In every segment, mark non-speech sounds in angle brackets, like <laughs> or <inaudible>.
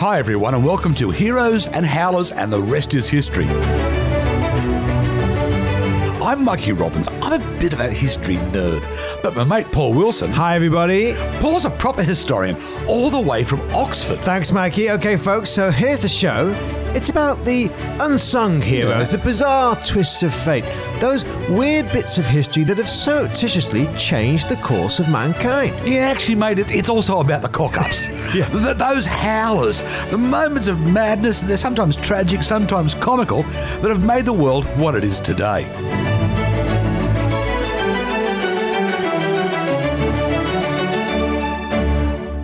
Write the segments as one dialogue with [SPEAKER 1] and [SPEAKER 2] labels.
[SPEAKER 1] Hi, everyone, and welcome to Heroes and Howlers, and the rest is history. I'm Mikey Robbins. I'm a bit of a history nerd, but my mate Paul Wilson,
[SPEAKER 2] Hi, everybody.
[SPEAKER 1] Paul's a proper historian, all the way from Oxford.
[SPEAKER 2] Thanks, Mikey. Okay, folks, so here's the show. It's about the unsung heroes, the bizarre twists of fate, those weird bits of history that have surreptitiously changed the course of mankind.
[SPEAKER 1] Yeah, actually, mate, it, it's also about the cock <laughs> ups.
[SPEAKER 2] Yeah.
[SPEAKER 1] Th- those howlers, the moments of madness, they're sometimes tragic, sometimes comical, that have made the world what it is today.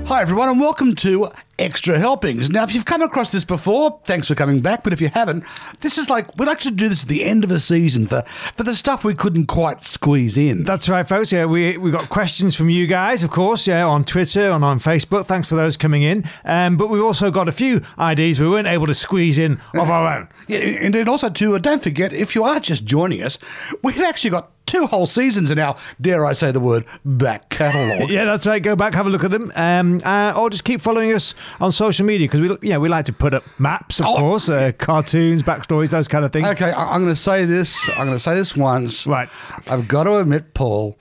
[SPEAKER 1] Hi, everyone, and welcome to Extra Helpings. Now, if you've come across this before, thanks for coming back. But if you haven't, this is like we like to do this at the end of a season for, for the stuff we couldn't quite squeeze in.
[SPEAKER 2] That's right, folks. Yeah, we we got questions from you guys, of course. Yeah, on Twitter and on Facebook. Thanks for those coming in. Um, but we've also got a few IDs we weren't able to squeeze in of our own.
[SPEAKER 1] Yeah, and then also too, uh, don't forget if you are just joining us, we've actually got two whole seasons in our dare I say the word back
[SPEAKER 2] <laughs>
[SPEAKER 1] catalogue.
[SPEAKER 2] Yeah, that's right. Go back, have a look at them, um, uh, or just keep following us on social media because we, yeah, we like to put up maps, of
[SPEAKER 1] Oh.
[SPEAKER 2] course, uh, cartoons, backstories, those kind of things.
[SPEAKER 1] Okay, I- I'm going to say this. I'm going to say this once.
[SPEAKER 2] Right.
[SPEAKER 1] I've got to admit, Paul,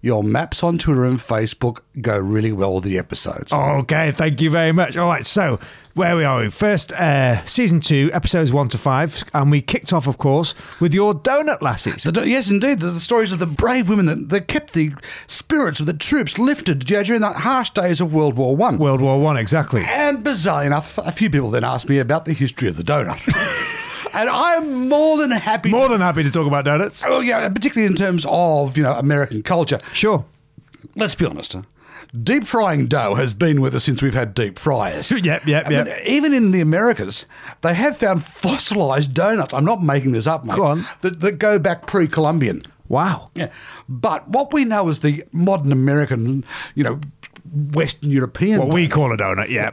[SPEAKER 1] your maps on Twitter and Facebook go really well with the episodes.
[SPEAKER 2] Oh. Okay, thank you very much. All right, so where we are we? First, uh, season two, episodes one to five, and we kicked off, of course, with your donut lassies.
[SPEAKER 1] The- yes, indeed. The, the stories of the brave women that, that kept the spirits of the troops lifted yeah, during the harsh days of World War One.
[SPEAKER 2] World War One, exactly.
[SPEAKER 1] And bizarrely enough, a few people then asked me about the history of the donut. and I'm more than happy.
[SPEAKER 2] More than happy to talk about donuts.
[SPEAKER 1] Oh yeah, particularly in terms of you know American culture.
[SPEAKER 2] Sure.
[SPEAKER 1] Let's be honest. huh? Deep frying dough has been with us since we've had deep fryers.
[SPEAKER 2] <laughs> Yep, yep,
[SPEAKER 1] I mean,
[SPEAKER 2] yep.
[SPEAKER 1] even in the Americas, they have found fossilized donuts. I'm not making this up, mate.
[SPEAKER 2] Go on.
[SPEAKER 1] That, that go back pre-Columbian.
[SPEAKER 2] Wow.
[SPEAKER 1] Yeah. But what we know as the modern American, you know, Western European.
[SPEAKER 2] What we call a donut, yeah.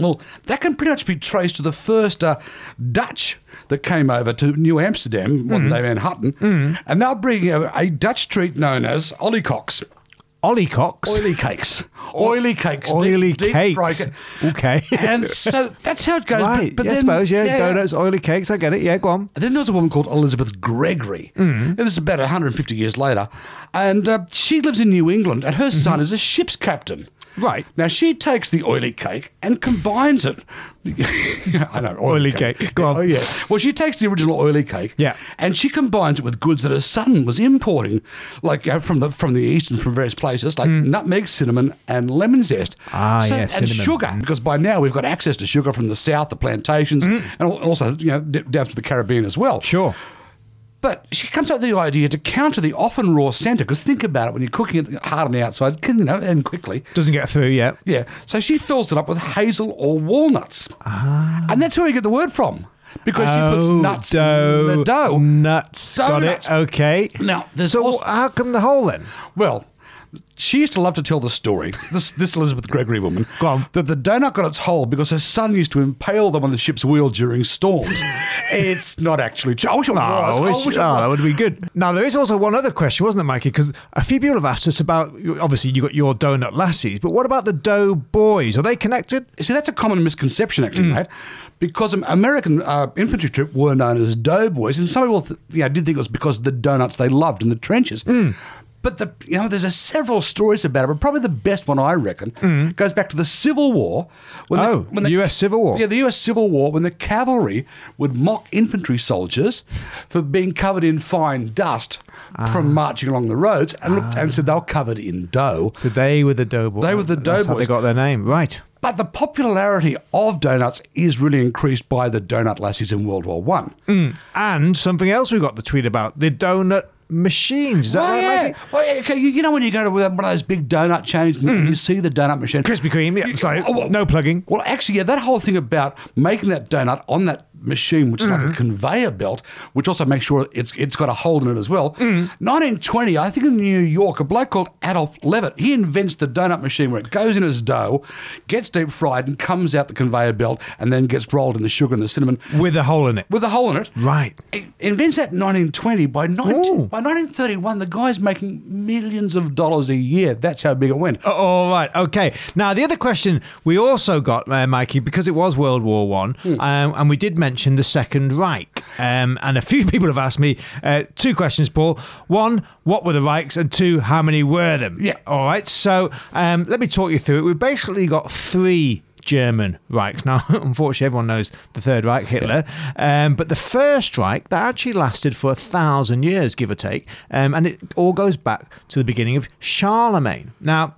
[SPEAKER 1] Well, that can pretty much be traced to the first uh, Dutch that came over to New Amsterdam,
[SPEAKER 2] Mm-hmm.
[SPEAKER 1] modern day Manhattan, and they're bringing over a Dutch treat known as olliekoeks.
[SPEAKER 2] Ollie Cox.
[SPEAKER 1] Oily cakes. <laughs> Oily cakes.
[SPEAKER 2] Oily
[SPEAKER 1] deep, deep fried
[SPEAKER 2] cakes.
[SPEAKER 1] ca-
[SPEAKER 2] Okay.
[SPEAKER 1] And so that's how it goes.
[SPEAKER 2] <laughs> Right.
[SPEAKER 1] But, but
[SPEAKER 2] yeah, I
[SPEAKER 1] then,
[SPEAKER 2] suppose, yeah. Donuts, oily cakes. I get it. Yeah, go on.
[SPEAKER 1] And Then there was a woman called Elizabeth Gregory.
[SPEAKER 2] Mm-hmm.
[SPEAKER 1] And this is about 150 years later. And uh, she lives in New England, and her son is a ship's captain.
[SPEAKER 2] Mm-hmm. Right.
[SPEAKER 1] Now, she takes the oily cake and combines
[SPEAKER 2] <laughs>
[SPEAKER 1] it. I know,
[SPEAKER 2] Oily cake. Go on.
[SPEAKER 1] Oh, yeah. Well, she takes the original oily cake
[SPEAKER 2] Yeah.
[SPEAKER 1] and she combines it with goods that her son was importing, like you know, from the from the East and from various places, like nutmeg, cinnamon, and lemon zest.
[SPEAKER 2] Mm. Ah, yeah,
[SPEAKER 1] And
[SPEAKER 2] cinnamon.
[SPEAKER 1] sugar, because by now we've got access to sugar from the south, the plantations, and al- also you know d- down to the Caribbean as well.
[SPEAKER 2] Mm. Sure.
[SPEAKER 1] But she comes up with the idea to counter the often raw centre, because think about it, when you're cooking it hard on the outside, it can, you know, and quickly.
[SPEAKER 2] Doesn't get through yet.
[SPEAKER 1] Yeah. So she fills it up with hazel or walnuts. And that's where we get the word from. Because she puts
[SPEAKER 2] Ah. Oh,
[SPEAKER 1] nuts in the dough.
[SPEAKER 2] Nuts. Got
[SPEAKER 1] Donuts.
[SPEAKER 2] it. Okay.
[SPEAKER 1] Now, there's
[SPEAKER 2] so
[SPEAKER 1] also-
[SPEAKER 2] how come the hole then?
[SPEAKER 1] Well, she used to love to tell the story, this, this Elizabeth Gregory woman,
[SPEAKER 2] Go on.
[SPEAKER 1] that the donut got its hole because her son used to impale them on the ship's wheel during
[SPEAKER 2] <laughs>
[SPEAKER 1] storms. it's not actually true. I wish it was.
[SPEAKER 2] Oh,
[SPEAKER 1] I
[SPEAKER 2] I wish-
[SPEAKER 1] wish it
[SPEAKER 2] oh,
[SPEAKER 1] was.
[SPEAKER 2] that would be good. Now, there is also one other question, wasn't it, Mikey? Because a few people have asked us about, obviously, you got your donut lassies, but what about the dough boys? Are they connected?
[SPEAKER 1] See, that's a common misconception, actually,
[SPEAKER 2] Mm.
[SPEAKER 1] mate, because um, American uh, infantry troop were known as doughboys, and some people th- you know, did think it was because of the donuts they loved in the trenches.
[SPEAKER 2] Mm.
[SPEAKER 1] But the you know there's a several stories about it, but probably the best one I reckon goes back to the Civil War. When
[SPEAKER 2] Mm. Oh, US Civil War.
[SPEAKER 1] Yeah, the U.S. Civil War when the cavalry would mock infantry soldiers for being covered in fine dust
[SPEAKER 2] Ah.
[SPEAKER 1] from marching along the roads, and looked and said they were covered in dough.
[SPEAKER 2] So they were the dough boys.
[SPEAKER 1] They were the
[SPEAKER 2] That's
[SPEAKER 1] dough
[SPEAKER 2] how
[SPEAKER 1] boys.
[SPEAKER 2] they got their name. Right.
[SPEAKER 1] But the popularity of donuts is really increased by the donut lassies in World War One.
[SPEAKER 2] Mm. And something else we got the tweet about the donut machines. Is that
[SPEAKER 1] Oh,
[SPEAKER 2] right,
[SPEAKER 1] yeah.
[SPEAKER 2] Mikey?
[SPEAKER 1] Well, yeah, okay, you- you know when you go to one of those big donut chains and you see the donut machine.
[SPEAKER 2] Krispy Kreme. Yeah,
[SPEAKER 1] You-
[SPEAKER 2] Mm. sorry,
[SPEAKER 1] oh, well-
[SPEAKER 2] no plugging.
[SPEAKER 1] Well, actually, yeah, that whole thing about making that donut on that machine, which is
[SPEAKER 2] Mm-hmm.
[SPEAKER 1] like a conveyor belt, which also makes sure it's it's got a hold in it as well.
[SPEAKER 2] Mm.
[SPEAKER 1] 1920, I think in New York, a bloke called Adolf Levitt, he invents the donut machine where it goes in as dough, gets deep fried, and comes out the conveyor belt, and then gets rolled in the sugar and the cinnamon
[SPEAKER 2] with a hole in it.
[SPEAKER 1] with a hole in it.
[SPEAKER 2] Right.
[SPEAKER 1] He invents that in 1920. By, 19,
[SPEAKER 2] Ooh.
[SPEAKER 1] by 1931, the guy's making millions of dollars a year. That's how big it went.
[SPEAKER 2] Oh, all right. Okay. Now the other question we also got, uh, Mikey, because it was World War One, um, and we did mention the Second Reich, um, and a few <laughs> people have asked me uh, two questions, Paul. One, what were the Reichs, and two, how many were them?
[SPEAKER 1] Yeah.
[SPEAKER 2] All right. So um, let me talk you through it. We've basically got three. German Reichs. Now, <laughs> unfortunately, everyone knows the Third Reich, Hitler, um, but the First Reich that actually lasted for a thousand years, give or take, um, and it all goes back to the beginning of Charlemagne. Now,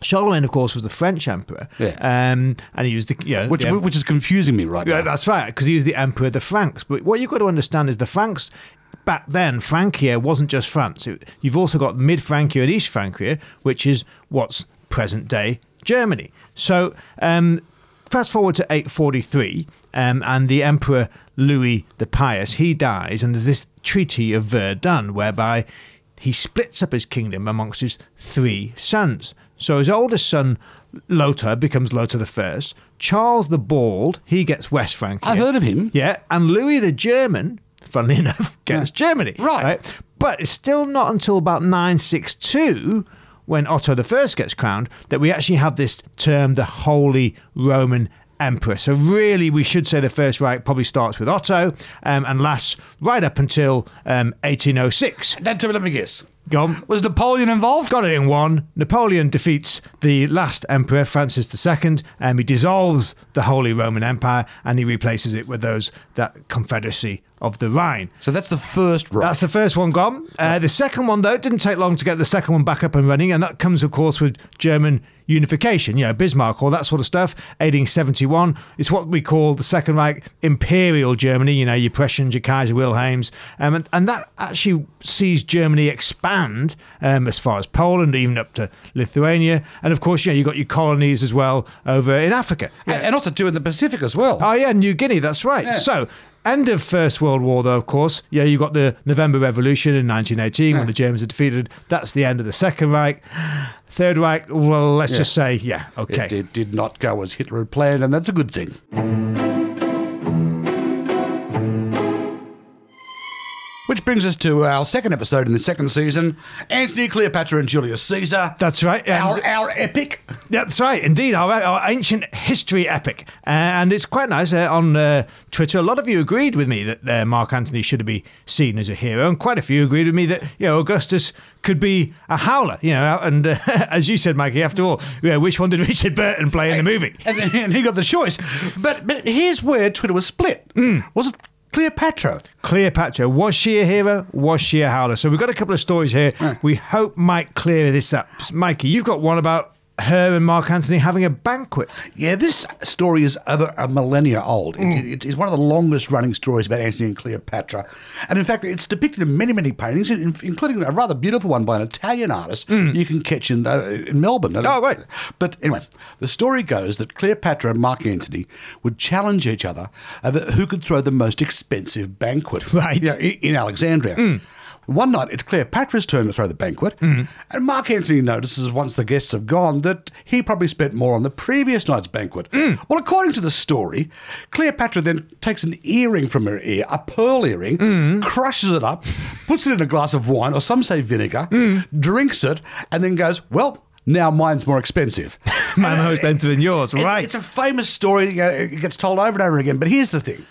[SPEAKER 2] Charlemagne, of course, was the French emperor,
[SPEAKER 1] Yeah.
[SPEAKER 2] um, and he was the you know,
[SPEAKER 1] Which,
[SPEAKER 2] the em-
[SPEAKER 1] which is confusing me right
[SPEAKER 2] yeah,
[SPEAKER 1] now.
[SPEAKER 2] that's right, because he was the emperor of the Franks. But what you've got to understand is the Franks back then, Francia wasn't just France. It- you've also got mid Francia and East Francia, which is what's present day Germany. So um, fast forward to 843, um, and the emperor Louis the Pious he dies, and there's this Treaty of Verdun whereby he splits up his kingdom amongst his three sons. So his oldest son, Lothar, becomes Lothar the First. Charles the Bald, he gets West Francia.
[SPEAKER 1] I've heard of him.
[SPEAKER 2] Yeah, and Louis the German, funnily <laughs> enough, gets Germany.
[SPEAKER 1] Right.
[SPEAKER 2] But it's still not until about 962 when Otto the First gets crowned that we actually have this term, the Holy Roman Emperor. So really, we should say the First Reich probably starts with Otto um, and lasts right up until um, 1806.
[SPEAKER 1] That, let me guess.
[SPEAKER 2] Gone.
[SPEAKER 1] Was Napoleon involved?
[SPEAKER 2] Got it in one. Napoleon defeats the last emperor, Francis II, and he dissolves the Holy Roman Empire and he replaces it with those that Confederacy of the Rhine.
[SPEAKER 1] So that's the first right.
[SPEAKER 2] That's the first one gone. Uh, the second one, though, it didn't take long to get the second one back up and running, and that comes, of course, with German unification, you know, Bismarck, all that sort of stuff, 1871. It's what we call the Second Reich Imperial Germany, you know, your Prussians, your Kaiser Wilhelms, um, and, and that actually sees Germany expand um, as far as Poland, even up to Lithuania, and of course, you know, you've got your colonies as well over in Africa.
[SPEAKER 1] And- And also two in the Pacific as well.
[SPEAKER 2] Oh yeah, New Guinea. That's right.
[SPEAKER 1] Yeah.
[SPEAKER 2] So. End of First World War, though, of course. Yeah, you got the November Revolution in 1918 when the Germans are defeated. That's the end of the Second Reich. Third Reich, well, let's just say, yeah,
[SPEAKER 1] It,
[SPEAKER 2] okay.
[SPEAKER 1] it did not go as Hitler had planned, and that's a good thing. Which brings us to our second episode in the second season Antony, Cleopatra, and Julius Caesar.
[SPEAKER 2] That's right. And-
[SPEAKER 1] Our, our epic.
[SPEAKER 2] That's right, indeed, our, our ancient history epic, Uh, and it's quite nice. Uh, on uh, Twitter, a lot of you agreed with me that uh, Mark Antony should be seen as a hero, and quite a few agreed with me that you know Augustus could be a howler. You know, <laughs> and uh, as you said, Mikey, after all, you know, which one did <laughs> Richard Burton play in the movie? <laughs>
[SPEAKER 1] and, and he got the choice. But but here's where Twitter was split. Was it Cleopatra?
[SPEAKER 2] Cleopatra, was she a hero? Was she a howler? So we've got a couple of stories here. We hope might clear this up. Mikey, you've got one about her and Mark Antony having a banquet. <laughs>
[SPEAKER 1] Yeah, this story is over a millennia old. It, it- it's one of the longest running stories about Antony and Cleopatra. And in fact, it's depicted in many, many paintings, in- including a rather beautiful one by an Italian artist you can catch in, uh, in Melbourne.
[SPEAKER 2] Oh, right.
[SPEAKER 1] But anyway, the story goes that Cleopatra and Mark Antony would challenge each other over who could throw the most expensive banquet
[SPEAKER 2] Right.
[SPEAKER 1] Yeah, i- in Alexandria. One night, it's Cleopatra's turn to throw the banquet, and Mark Antony notices once the guests have gone that he probably spent more on the previous night's banquet. Well, according to the story, Cleopatra then takes an earring from her ear, a pearl earring, crushes it up, puts it in a glass of wine, or some say vinegar, drinks it, and then goes, Well, now mine's more <laughs> expensive.
[SPEAKER 2] My most expensive than yours,
[SPEAKER 1] Uh, It-
[SPEAKER 2] right?
[SPEAKER 1] It's a famous story. you know, It gets told over and over again. But here's the thing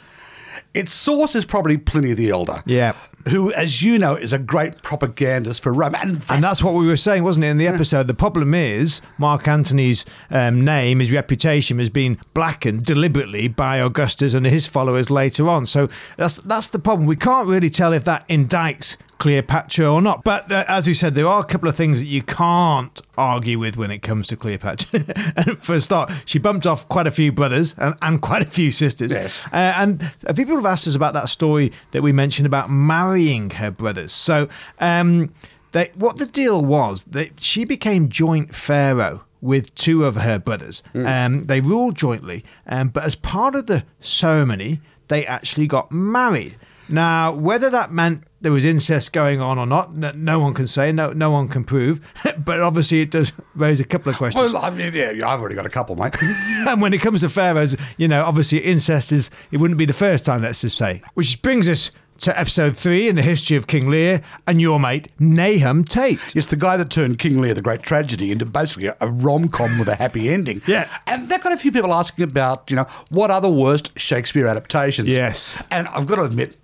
[SPEAKER 1] its source is probably Pliny the Elder.
[SPEAKER 2] Yeah.
[SPEAKER 1] Who, as you know, is a great propagandist for Rome. And that's,
[SPEAKER 2] And that's what we were saying, wasn't it, in the episode? The problem is Mark Antony's um, name, his reputation, has been blackened deliberately by Augustus and his followers later on. So that's that's the problem. We can't really tell if that indicts Cleopatra or not. But uh, as we said, there are a couple of things that you can't argue with when it comes to Cleopatra. <laughs> and for a start, she bumped off quite a few brothers and, and quite a few sisters.
[SPEAKER 1] Yes.
[SPEAKER 2] Uh, and a few people have asked us about that story that we mentioned about marrying her brothers. So, um, they, what the deal was that she became joint pharaoh with two of her brothers. Um, they ruled jointly, um, but as part of the ceremony, they actually got married. Now, whether that meant there was incest going on or not, no, no one can say. No, no one can prove. <laughs> but obviously, it does raise a couple of questions.
[SPEAKER 1] Well, <laughs> I mean, yeah, I've already got a couple, mate.
[SPEAKER 2] <laughs> and when it comes to pharaohs, you know, obviously incest is it wouldn't be the first time, let's just say. Which brings us to episode three in the history of King Lear and your mate Nahum Tate.
[SPEAKER 1] it's the guy that turned King Lear, the great tragedy, into basically a rom com with a
[SPEAKER 2] <laughs>
[SPEAKER 1] happy ending.
[SPEAKER 2] Yeah.
[SPEAKER 1] And that got a few people asking about, you know, what are the worst Shakespeare adaptations?
[SPEAKER 2] Yes.
[SPEAKER 1] And I've got to admit,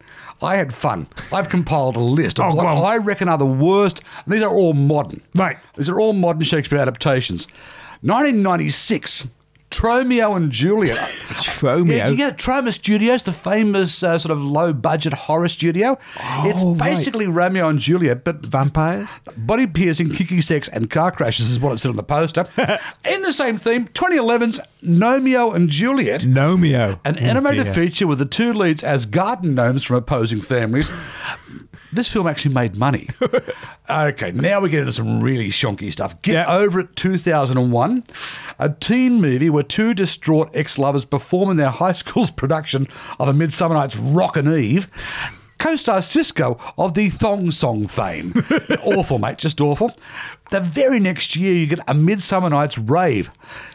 [SPEAKER 1] I had fun. I've compiled a list of
[SPEAKER 2] Oh,
[SPEAKER 1] what
[SPEAKER 2] go on.
[SPEAKER 1] I reckon are the worst. And these are all modern.
[SPEAKER 2] Right.
[SPEAKER 1] These are all modern Shakespeare adaptations. 1996, Tromeo and Juliet.
[SPEAKER 2] <laughs> Tromeo.
[SPEAKER 1] Yeah, you know, Troma Studios, the famous uh, sort of low budget horror studio. it's
[SPEAKER 2] Oh, right.
[SPEAKER 1] basically Romeo and Juliet, but
[SPEAKER 2] Vampires?
[SPEAKER 1] body piercing, kiki sex, and car crashes is what it said on the poster. In the same theme, 2011's Nomeo and Juliet.
[SPEAKER 2] Nomeo. Oh,
[SPEAKER 1] An animated feature with the two leads as garden gnomes from opposing families. this film actually made money. okay, now we get into some really shonky stuff. Get
[SPEAKER 2] Yeah.
[SPEAKER 1] Over It 2001, a teen movie where two distraught ex lovers perform in their high <laughs> school's production of A Midsummer Night's Rockin' Eve. Co star Cisco of the Thong Song fame. awful, mate, just awful. The very next year, you get A Midsummer Night's Rave.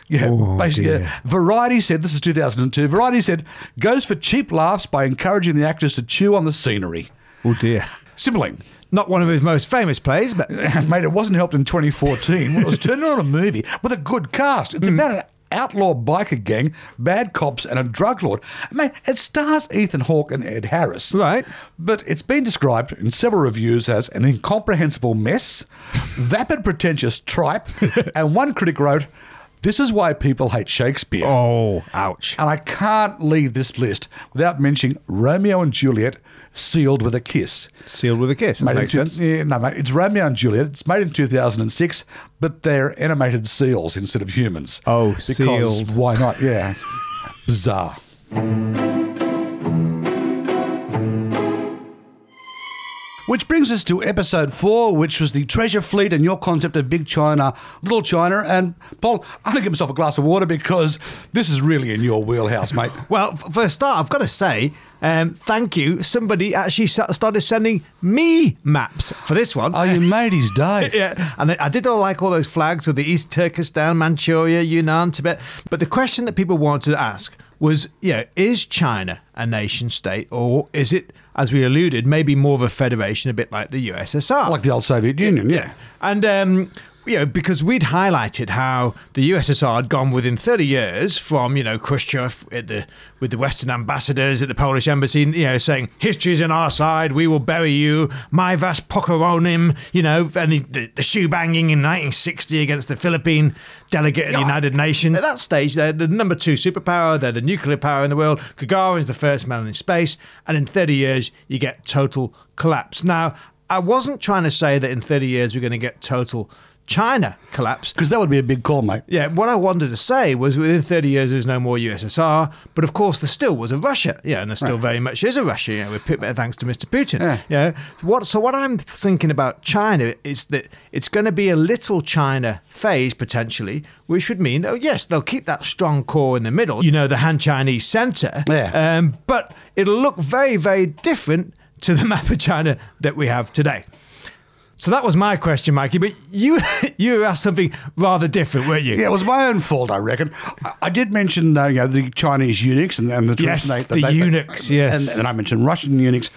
[SPEAKER 1] Yeah,
[SPEAKER 2] Oh,
[SPEAKER 1] basically,
[SPEAKER 2] dear.
[SPEAKER 1] uh, Variety said, this is 2002, Variety said, goes for cheap laughs by encouraging the actors to chew on the scenery.
[SPEAKER 2] Oh dear.
[SPEAKER 1] Sibling.
[SPEAKER 2] Not one of his most famous plays,
[SPEAKER 1] <laughs>
[SPEAKER 2] but
[SPEAKER 1] Mate, it wasn't helped in 2014 when it was turned on a movie with a good cast. It's
[SPEAKER 2] Hmm.
[SPEAKER 1] about an outlaw biker gang, bad cops, and a drug lord. Mate, it stars Ethan Hawke and Ed Harris.
[SPEAKER 2] Right.
[SPEAKER 1] But it's been described in several reviews as an incomprehensible mess, vapid pretentious
[SPEAKER 2] <laughs>
[SPEAKER 1] tripe, and one critic wrote, This is why people hate Shakespeare.
[SPEAKER 2] Oh, ouch.
[SPEAKER 1] And I can't leave this list without mentioning Romeo and Juliet sealed with a kiss.
[SPEAKER 2] Sealed with a kiss. That
[SPEAKER 1] Made in
[SPEAKER 2] makes
[SPEAKER 1] two-
[SPEAKER 2] sense.
[SPEAKER 1] yeah, no, mate, it's Romeo and Juliet. It's made in 2006, but they're animated seals instead of humans.
[SPEAKER 2] Oh,
[SPEAKER 1] because
[SPEAKER 2] sealed.
[SPEAKER 1] Why not?
[SPEAKER 2] <laughs>
[SPEAKER 1] Yeah. Bizarre. Which brings us to episode four, which was the treasure fleet and your concept of big China, little China. And Paul, I'm going to give myself a glass of water because this is really in your wheelhouse, mate.
[SPEAKER 2] Well, f- for a start, I've got to say, um, thank you. Somebody actually sa- started sending me maps for this one.
[SPEAKER 1] Oh, you made his day. <laughs>
[SPEAKER 2] <laughs> yeah, and I I did all like all those flags with the East Turkestan, Manchuria, Yunnan, Tibet. But the question that people wanted to ask was, yeah, is China a nation state, or is it, as we alluded, maybe more of a federation, a bit like the USSR?
[SPEAKER 1] Like the old Soviet Union, yeah.
[SPEAKER 2] And um, you know, because we'd highlighted how the USSR had gone within 30 years from you know Khrushchev at the with the Western ambassadors at the Polish embassy, you know, saying history's on our side, we will bury you, my vast pokoronim, you know, and the, the, the shoe banging in 1960 against the Philippine delegate at the United Nations. At that stage, they're the number two superpower, they're the nuclear power in the world. Gagarin's the first man in space, and in 30 years, you get total collapse. Now. I wasn't trying to say that in 30 years we're going to get total China collapse.
[SPEAKER 1] Because that would be a big call, mate.
[SPEAKER 2] Yeah, what I wanted to say was within 30 years there was no more USSR, but of course there still was a Russia. Yeah, and there still very much is a Russia, you know, with, Pu- thanks to Mr. Putin.
[SPEAKER 1] Yeah.
[SPEAKER 2] Yeah. What, so what I'm thinking about China is that it's going to be a little China phase potentially, which would mean, oh, yes, they'll keep that strong core in the middle, you know, the Han Chinese center.
[SPEAKER 1] Yeah.
[SPEAKER 2] Um, but it'll look very, very different to the <laughs> map of China that we have today. So that was my question, Mikey. But you <laughs> you asked something rather different, weren't you?
[SPEAKER 1] Yeah, it was my own fault, I reckon. I, I did mention uh, you know the Chinese eunuchs and, and the
[SPEAKER 2] Yes,
[SPEAKER 1] tradition
[SPEAKER 2] the eunuchs, yes.
[SPEAKER 1] and, and I mentioned Russian eunuchs,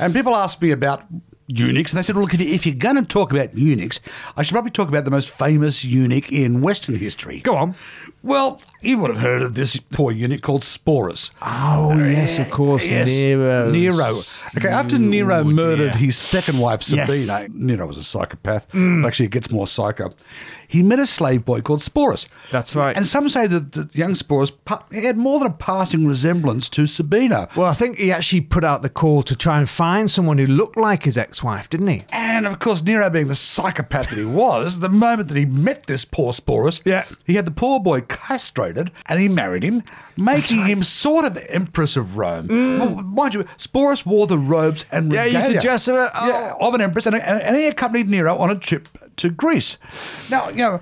[SPEAKER 1] and people asked me about eunuchs, and they said, "Well, look, if, you, if you're going to talk about eunuchs, I should probably talk about the most famous eunuch in Western history."
[SPEAKER 2] Go on.
[SPEAKER 1] Well, you would have heard of this poor eunuch called Sporus.
[SPEAKER 2] Oh yes, of course,
[SPEAKER 1] Yes, Nero. Okay, after Nero murdered his second wife, Sabina,
[SPEAKER 2] Yes.
[SPEAKER 1] Nero was a psychopath. Actually, it gets more psycho. He met a slave boy called Sporus.
[SPEAKER 2] That's right.
[SPEAKER 1] And some say that, that young Sporus pa- had more than a passing resemblance to Sabina.
[SPEAKER 2] Well, I think he actually put out the call to try and find someone who looked like his ex-wife, didn't he?
[SPEAKER 1] And of course, Nero being the psychopath that he was, the moment that he met this poor Sporus,
[SPEAKER 2] Yeah.
[SPEAKER 1] he had the poor boy castrated and he married him, making him sort of Empress of Rome. Well, mind you, Sporus wore the robes and
[SPEAKER 2] Yeah, he used to
[SPEAKER 1] regalia
[SPEAKER 2] dress of it. Oh.
[SPEAKER 1] yeah, of an Empress, and, and, and he accompanied Nero on a trip to Greece. Now, you know,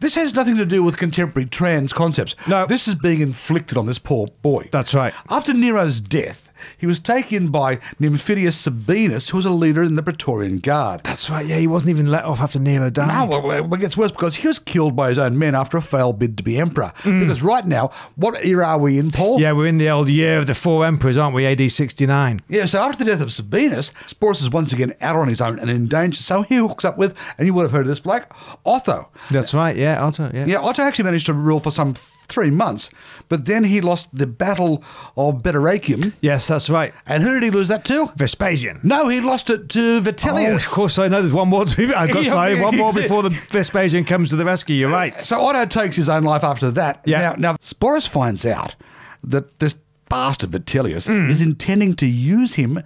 [SPEAKER 1] This has nothing to do with contemporary trans concepts.
[SPEAKER 2] No.
[SPEAKER 1] This is being inflicted on this poor boy.
[SPEAKER 2] That's right.
[SPEAKER 1] After Nero's death, he was taken by Nymphidius Sabinus, who was a leader in the Praetorian Guard.
[SPEAKER 2] That's right. Yeah, he wasn't even let off after Nero
[SPEAKER 1] Now,
[SPEAKER 2] died.
[SPEAKER 1] well, well, it gets worse because he was killed by his own men after a failed bid to be emperor. Because right now, what era are we in, Paul?
[SPEAKER 2] Yeah, we're in the old year of the four emperors, aren't we? AD 69.
[SPEAKER 1] Yeah, so after the death of Sabinus, Sporus is once again out on his own and in danger. So he hooks up with, and you would have heard of this bloke, Otho.
[SPEAKER 2] That's right. Yeah, Otto. Yeah.
[SPEAKER 1] Yeah, Otto actually managed to rule for some three months, but then he lost the Battle of Bederachium.
[SPEAKER 2] Yes, that's right.
[SPEAKER 1] And who did he lose that to?
[SPEAKER 2] Vespasian.
[SPEAKER 1] No, he lost it to
[SPEAKER 2] Oh,
[SPEAKER 1] Vitellius.
[SPEAKER 2] of course, I know there's one more. To be, I've
[SPEAKER 1] <laughs>
[SPEAKER 2] got
[SPEAKER 1] Yeah,
[SPEAKER 2] sorry, one more
[SPEAKER 1] yeah,
[SPEAKER 2] before the Vespasian comes to the rescue. You're right.
[SPEAKER 1] So Otto takes his own life after that.
[SPEAKER 2] Yeah.
[SPEAKER 1] Now, now Sporus finds out that this bastard Vitellius
[SPEAKER 2] Hmm.
[SPEAKER 1] is intending to use him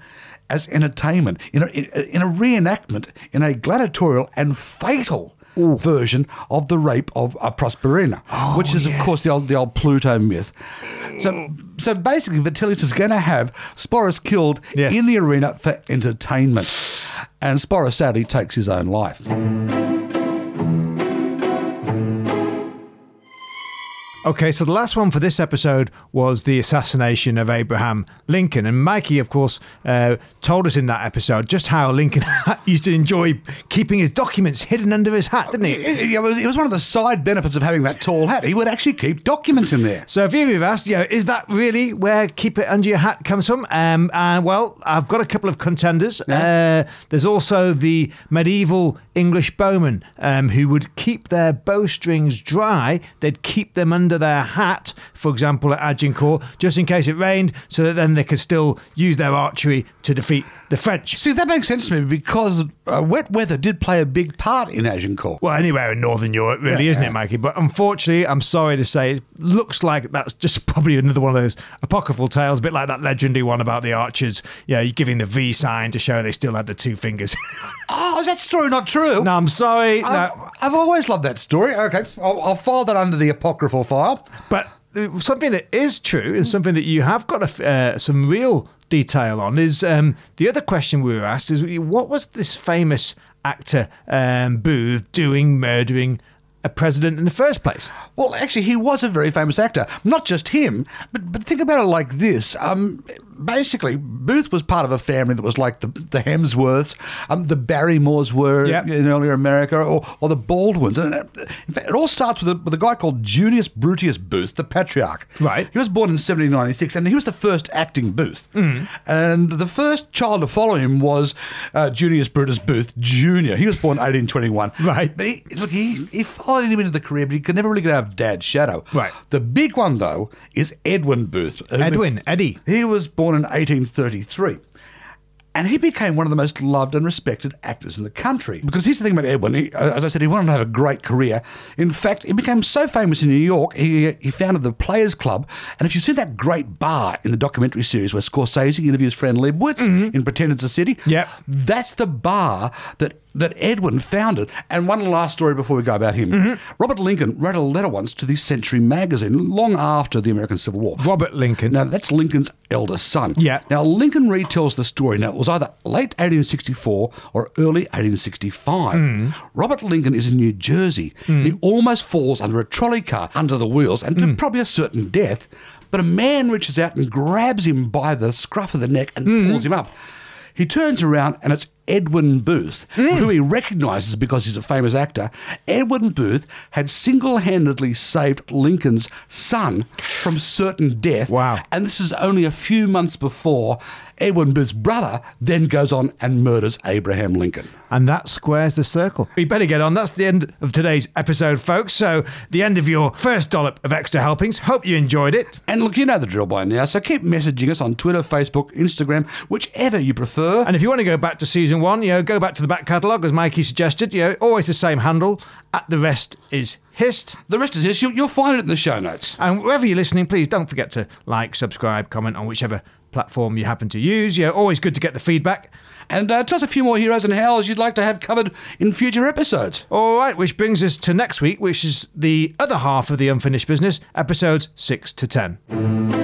[SPEAKER 1] as entertainment in a, in a reenactment in a gladiatorial and fatal version of the rape of uh, Prosperina,
[SPEAKER 2] Oh,
[SPEAKER 1] which is of course the old the old Pluto myth. So so basically, Vitellius is going to have Sporus killed
[SPEAKER 2] Yes.
[SPEAKER 1] in the arena for entertainment, and Sporus sadly takes his own life.
[SPEAKER 2] Okay, so the last one for this episode was the assassination of Abraham Lincoln. And Mikey, of course, uh, told us in that episode just how Lincoln <laughs> used to enjoy keeping his documents hidden under his hat, didn't he?
[SPEAKER 1] Yeah, well, it was one of the side benefits of having that tall hat. He would actually keep documents in there.
[SPEAKER 2] So if you've ever asked, you know, is that really where keep it under your hat comes from? Um, and well, I've got a couple of contenders. Uh, there's also the medieval English bowmen um, who would keep their bowstrings dry. They'd keep them under their hat, for example, at Agincourt, just in case it rained, so that then they could still use their archery to defeat the French.
[SPEAKER 1] See, that makes sense to me because uh, wet weather did play a big part in Agincourt.
[SPEAKER 2] Well, anywhere in Northern Europe, really, isn't it, Mikey? But unfortunately, I'm sorry to say, it looks like that's just <laughs> probably another one of those apocryphal tales, a bit like that legendary one about the archers, you know, giving the V sign to show they still had the two fingers. <laughs>
[SPEAKER 1] Oh, is that story not true?
[SPEAKER 2] no, I'm sorry.
[SPEAKER 1] I've,
[SPEAKER 2] No,
[SPEAKER 1] I've always loved that story. Okay, I'll, I'll file that under the apocryphal file.
[SPEAKER 2] but uh, something that is true and something that you have got a f uh, some real detail on is um, the other question we were asked is what was this famous actor um, Booth doing murdering a president in the first place?
[SPEAKER 1] Well, actually, he was a very famous actor. Not just him, but but think about it like this. Um, basically, Booth was part of a family that was like the, the Hemsworths, um, the Barrymores were
[SPEAKER 2] Yep.
[SPEAKER 1] in earlier America, or, or the Baldwins. And uh, in fact, it all starts with a, with a guy called Junius Brutius Booth, the patriarch.
[SPEAKER 2] Right.
[SPEAKER 1] He was born in 1796, and he was the first acting Booth.
[SPEAKER 2] Mm.
[SPEAKER 1] And the first child to follow him was uh, Junius Brutus Booth Jr. He was born 1821.
[SPEAKER 2] Right.
[SPEAKER 1] But he, look, he, he followed him into the career, but he could never really get out of dad's shadow.
[SPEAKER 2] Right.
[SPEAKER 1] The big one, though, is Edwin Booth. who-
[SPEAKER 2] Edwin, Eddie.
[SPEAKER 1] He was born in 1833. And he became one of the most loved and respected actors in the country. Because here's the thing about Edwin. He, uh, as I said, he wanted to have a great career. In fact, he became so famous in New York, he, he founded the Players Club. And if you've seen that great bar in the documentary series where Scorsese interviews Fran Lebowitz in Pretend It's a City,
[SPEAKER 2] Mm-hmm. Yep.
[SPEAKER 1] that's the bar that, that Edwin founded. And one last story before we go about him. Robert Lincoln wrote a letter once to the Century magazine long after the American Civil War.
[SPEAKER 2] Robert Lincoln.
[SPEAKER 1] Now, that's Lincoln's elder son.
[SPEAKER 2] Yeah.
[SPEAKER 1] Now, Lincoln retells the story. Now, it was either late 1864 or early 1865. Robert Lincoln is in New Jersey. He almost falls under a trolley car under the wheels and to probably a certain death. But a man reaches out and grabs him by the scruff of the neck and pulls him up. He turns around and it's Edwin Booth, who he recognizes because he's a famous actor. Edwin Booth had single handedly saved Lincoln's son from certain death.
[SPEAKER 2] Wow.
[SPEAKER 1] And this is only a few months before Edwin Booth's brother then goes on and murders Abraham Lincoln.
[SPEAKER 2] And that squares the circle. We better get on. That's the end of today's episode, folks. So, the end of your first dollop of extra helpings. Hope you enjoyed it.
[SPEAKER 1] And look, you know the drill by now, so keep messaging us on Twitter, Facebook, Instagram, whichever you prefer.
[SPEAKER 2] And if you want to go back to season one, you know, go back to the back catalogue, as Mikey suggested. You know, always the same handle. At the rest is hist.
[SPEAKER 1] the rest is this. You'll, you'll find it in the show notes.
[SPEAKER 2] And wherever you're listening, please don't forget to like, subscribe, comment on whichever platform you happen to use. You know, always good to get the feedback.
[SPEAKER 1] And uh, tell us a few more heroes and howls you'd like to have covered in future episodes.
[SPEAKER 2] All right, which brings us to next week, which is the other half of the unfinished business, episodes six to ten.